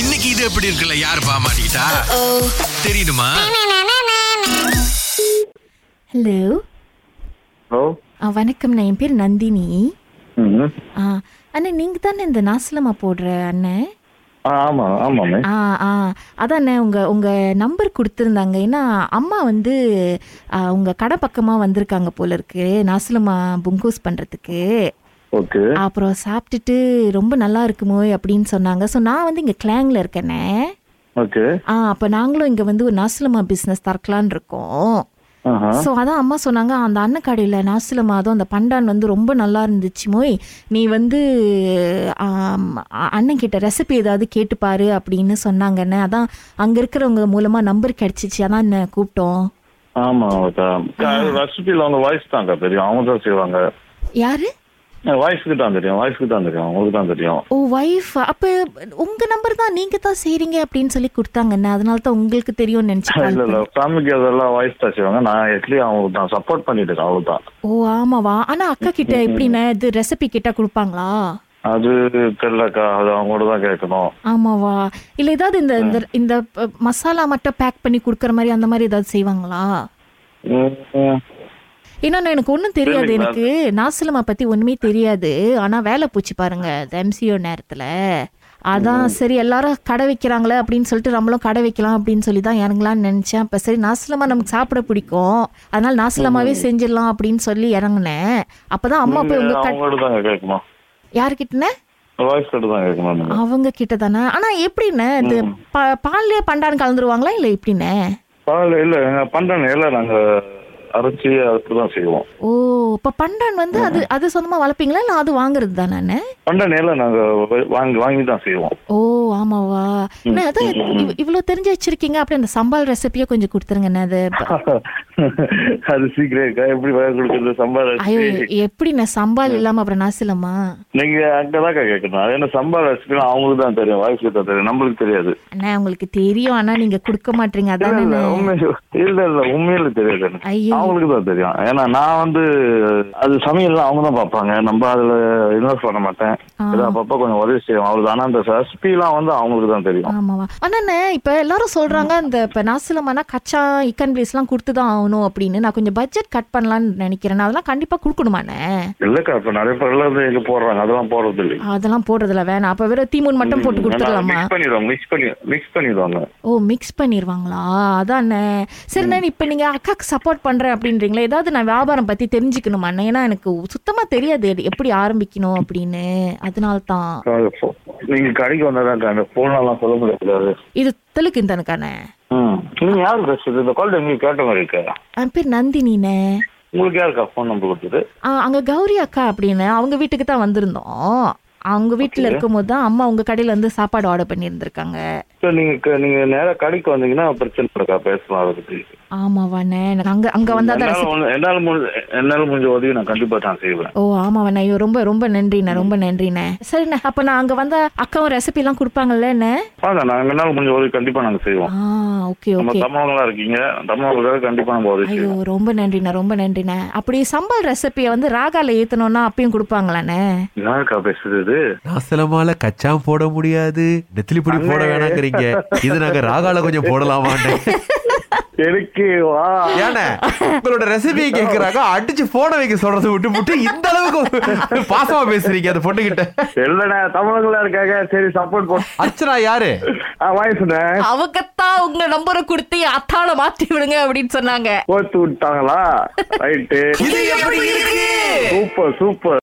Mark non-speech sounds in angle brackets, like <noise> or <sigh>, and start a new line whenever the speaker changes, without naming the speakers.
இன்னைக்கு இது எப்படி இருக்குல்ல யார் பாமாட்டா தெரியுமா
ஹலோ
ஹலோ
வணக்கம் நான் என் பேர் நந்தினி
ம்
ஆ அண்ணே நீங்கள் தானே இந்த நாசலமா போடுற அண்ணன்
ஆ ஆமாம் ஆமாமே
ஆ ஆ அதாண்ணே உங்கள் உங்கள் நம்பர் கொடுத்துருந்தாங்க ஏன்னா அம்மா வந்து ஆ, உங்க கடை பக்கமாக வந்திருக்காங்க போல இருக்கு நாசலமா புங்கூஸ் பண்ணுறதுக்கு
ஓகே
அப்புறம் சாப்பிட்டுட்டு ரொம்ப நல்லா இருக்குமோ அப்படின்னு சொன்னாங்க ஸோ நான் வந்து இங்கே கிளாங்கில் இருக்கேனே
ஓகே
ஆ அப்போ நாங்களும் இங்கே வந்து ஒரு நாசலமா பிஸ்னஸ் திறக்கலான்னு இருக்கோம்
ஆஹா
ஸோ அதான் அம்மா சொன்னாங்க அந்த அண்ணன் கடையில் நாசில மாதம் அந்த பண்டான் வந்து ரொம்ப நல்லா இருந்துச்சு மோய் நீ வந்து ஆம், அ- அண்ணன் கிட்ட ரெசிபி ஏதாவது கேட்டுப்பாரு அப்படின்னு சொன்னாங்கன்னு அதான் அங்கே இருக்கிறவங்க மூலமாக நம்பர் கிடச்சிச்சு அதான் என்ன கூப்பிட்டோம்
ஆமாம் ஓகே ரெசிபியில் அவங்க வாய்ஸ் தான்க்கா தெரியும் அவங்க தான் செய்வாங்க
யாரு
வாய்ஸ்க்கு தான் தெரியும் வாய்ஸ்க்கு தான் தெரியும் உங்களுக்கு தான் தெரியும்
ஓ ஒய்ஃப் அப்போ உங்கள் நம்பர் தான் நீங்கள் தான் செய்கிறீங்க அப்படின்னு சொல்லி கொடுத்தாங்கண்ணே அதனால தான் உங்களுக்கு தெரியும்னு நினச்சி call
இல்லை இல்லை ஃபேமிலிக்கு அதெல்லாம் வாய்ஸ் தான் செய்வாங்க நான் எட்லி அவங்களுக்கு தான் சப்போர்ட் பண்ணிட்டு இருக்கேன் அவங்களுக்கு தான்
பண்ணேன். ஓ ஆமாவா ஆனால் அக்கா கிட்ட எப்படிண்ணே இது ரெசிபி கிட்ட கொடுப்பாங்களா
அது தெரியலக்கா அது அவங்களோட தான் கேட்கணும்
ஆமாவா இல்ல ஏதாவது இந்த இந்த- இந்த ப- மசாலா மட்டும் பேக் பண்ணி கொடுக்குற மாதிரி அந்த மாதிரி ஏதாவது செய்வாங்களா
ம், ம்.
ஏன்னா நான் எனக்கு ஒன்றும் தெரியாது
சரிங்க.
எனக்கு நாசிலமா பத்தி ஒண்ணுமே தெரியாது ஆனா வேலை போச்சு பாருங்க எம்சிஓ நேரத்துல அதான் சரி எல்லாரும் கடை வைக்கிறாங்களே அப்படின்னு சொல்லிட்டு நம்மளும் கடை வைக்கலாம் அப்படின்னு சொல்லி தான் இறங்கலாம்னு நினைச்சேன் அப்ப சரி நாசிலமா நமக்கு சாப்பிட பிடிக்கும் அதனால நாசிலமாவே செஞ்சிடலாம் அப்படின்னு சொல்லி இறங்கினேன் அப்பதான் அம்மா போய்
நீங்க
உங்க கட்-
அவங்களோட தாங்க கேட்கணும்
யார்கிட்டனே
வாய்ஸ் கிட்ட தான் கேட்கணும் நீங்க
அவங்க கிட்ட தானே ஆனா எப்படிண்ணே இது பா- பால்லயே பண்டான் கலந்துருவாங்களா இல்ல எப்படிண்ணே
பரவாயில்ல இல்லை நாங்கள் பண்ணுறோம் இல்லை நாங்கள் அரைச்சி அதுக்கு தான் செய்வோம்
ஓ இப்ப பண்டான் வந்து அது அது சொந்தமா வளர்ப்பீங்களா இல்ல அது வாங்குறது தானே
பண்ணுறோம் இல்லை நாங்கள் வாங்கி வாங்கி தான் செய்வோம் <laughs>
ஓ ஆமாவா அண்ணே, அதான் இவ்- இவ்வளவு தெரிஞ்சு வச்சிருக்கீங்க அப்படியே அந்த சம்பால் ரெசிபியை கொஞ்சம் கொடுத்துருங்கண்ணே அது
அது சீக்கிரம் இருக்கா எப்படி வாங்கி கொடுக்குறது சம்பா
ஐயோ எப்படிண்ணே சம்பால் இல்லாம அப்புறம் நாசிலமா
நீங்க அங்கதான் கேட்கணும் அது என்ன சம்பா ரெசிபினா அவங்களுக்கு தான் தெரியும் வாய்ஸ் கிட்ட தெரியும் நம்மளுக்கு தெரியாது
அண்ணா உங்களுக்கு தெரியும் ஆனா நீங்க கொடுக்க மாட்டீங்க
இல்ல இல்ல
அதானே
உண்மை இல்ல இல்ல உண்மையில தெரியாது எனக்கு
ஐயோ.
அவங்களுக்கு தான் தெரியும் ஏன்னா நான் வந்து அது சமையல்லாம் அவங்க தான் பார்ப்பாங்க நம்ம அதுல இன்வெஸ்ட் பண்ண மாட்டேன் ஏதோ அப்பப்போ கொஞ்சம் உதவி செய்வோம் அவங்களுக்கு ஆனா அந்த ரெசிபிலாம் வந்து அவங்களுக்கு தான் தெரியும்
ஆமாவா அண்ணே இப்ப எல்லாரும் சொல்றாங்க இந்த இப்ப நாசிலமானா கச்சா இக்கன் பீஸ் எல்லாம் கொடுத்து தான் ஆகணும் அப்படின்னு நான் கொஞ்சம் பட்ஜெட் கட் பண்ணலாம்னு நினைக்கிறேன் அதெல்லாம் கண்டிப்பா கொடுக்கணுமாண்ணே
இல்லக்கா இப்ப நிறைய பேர்ல இருந்து எங்க போடுறாங்க அதெல்லாம் போடுறது இல்லை
அதெல்லாம் போடுறதுல வேணாம் அப்ப வெறும் தீமூன் மட்டும் போட்டு கொடுத்துடலாமா
மிக்ஸ் பண்ணிடுவாங்க மிக்ஸ் பண்ணி மிக்ஸ் பண்ணிடுவாங்க
ஓ மிக்ஸ் பண்ணிடுவாங்களா அதானே சரி நான் இப்போ நீங்கள் அக்காக்கு சப்போர்ட் பண்ணுறேன் அப்படின்றீங்களா ஏதாவது நான் வியாபாரம் பற்றி தெரிஞ்சுக்கணுமா அண்ணா? ஏன்னா எனக்கு சுத்தமாக தெரியாது எது- எப்படி ஆரம்பிக்கணும் அப்படின்னு அதனால தான்
அது போ- நீங்க கடைக்கு வந்தாதான் அந்த போன் எல்லாம் சொல்ல முடியாது
இது தெலுக்கு தானுக்கானே
ம் நீங்க யாரு பேசுறது இந்த கால் உங்களுக்கு கேட்ட மாதிரி இருக்கா
என் பேர் நந்தினிண்ணே
உங்களுக்கு யாருக்கா ஃபோன் நம்பர் கொடுத்தது
ஆ அங்கே கௌரி அக்கா அப்படின்னு அவங்க வீட்டுக்கு தான் வந்திருந்தோம் அவங்க வீட்டில் இருக்கும்போது தான் அம்மா உங்கள் கடையில் வந்து சாப்பாடு ஆர்டர் பண்ணியிருந்திருக்காங்க
ஸோ நீங்க க- நீங்க நேரா கடைக்கு வந்தீங்கன்னா பிரச்சனை இருக்கா பேசலாம் அதை பத்தி
ஆமாவாண்ணே எனக்கு அங்கே அங்கே வந்தால் தான்
என்னால முடிஞ்ச- என்னால முடிஞ்ச- என்னால முடிஞ்ச உதவி நான் கண்டிப்பா நான் செய்வேன்
ஓ ஆமாவண்ணா ஐயோ ரொம்ப ரொம்ப நன்றிண்ணே ரொம்ப நன்றிண்ணே சரிண்ணே அப்போ நான் அங்கே வந்த அக்காவும் ரெசிபிலாம் கொடுப்பாங்கல்லண்ணே
வாங்க நாங்க என்னால முடிஞ்ச உதவி கண்டிப்பா நாங்க செய்வோம்
ஆ ஓகே
நம்ம
ஓகே
தமிழங்களா இருக்கீங்க தமிழர்களுக்காக கண்டிப்பா நம்ம உதவி
ஐயோ
செய்வோம்
ரொம்ப நன்றிண்ணே ரொம்ப நன்றிண்ணே அப்படி சம்பல் ரெசிபியை வந்து ராகால ஏத்தணும்னா அப்பயும் கொடுப்பாங்களாண்ணே
யாருக்கா பேசுறது இது?
நாசலமால கச்சாம் போட முடியாது நெத்திலிப்பொடி போட வேணாங்கிறீங்க இது நாங்க ராகால கொஞ்சம் போடலாமான்னு
எனக்கு வா
ஏண்ணே உங்களோட ரெசிபி கேக்குறாங்க அடிச்சு போட வைக்க சொல்றது விட்டு விட்டு இந்த அளவுக்கு பாசமா பேசுறீங்க அந்த பொண்ணுகிட்ட
இல்லண்ணா தமிழர்களா இருக்காங்க சரி சப்போர்ட் போட்டு
அர்ச்சனா யாரு
Ah, வாய்ஸ்ண்ணே
அவங்கத்தான் உங்க நம்பரை கொடுத்து அத்தால மாத்தி விடுங்க அப்படின்னு சொன்னாங்க
கோத்து விட்டாங்களா ரைட்டு
இது எப்படி இருக்கு
சூப்பர் சூப்பர்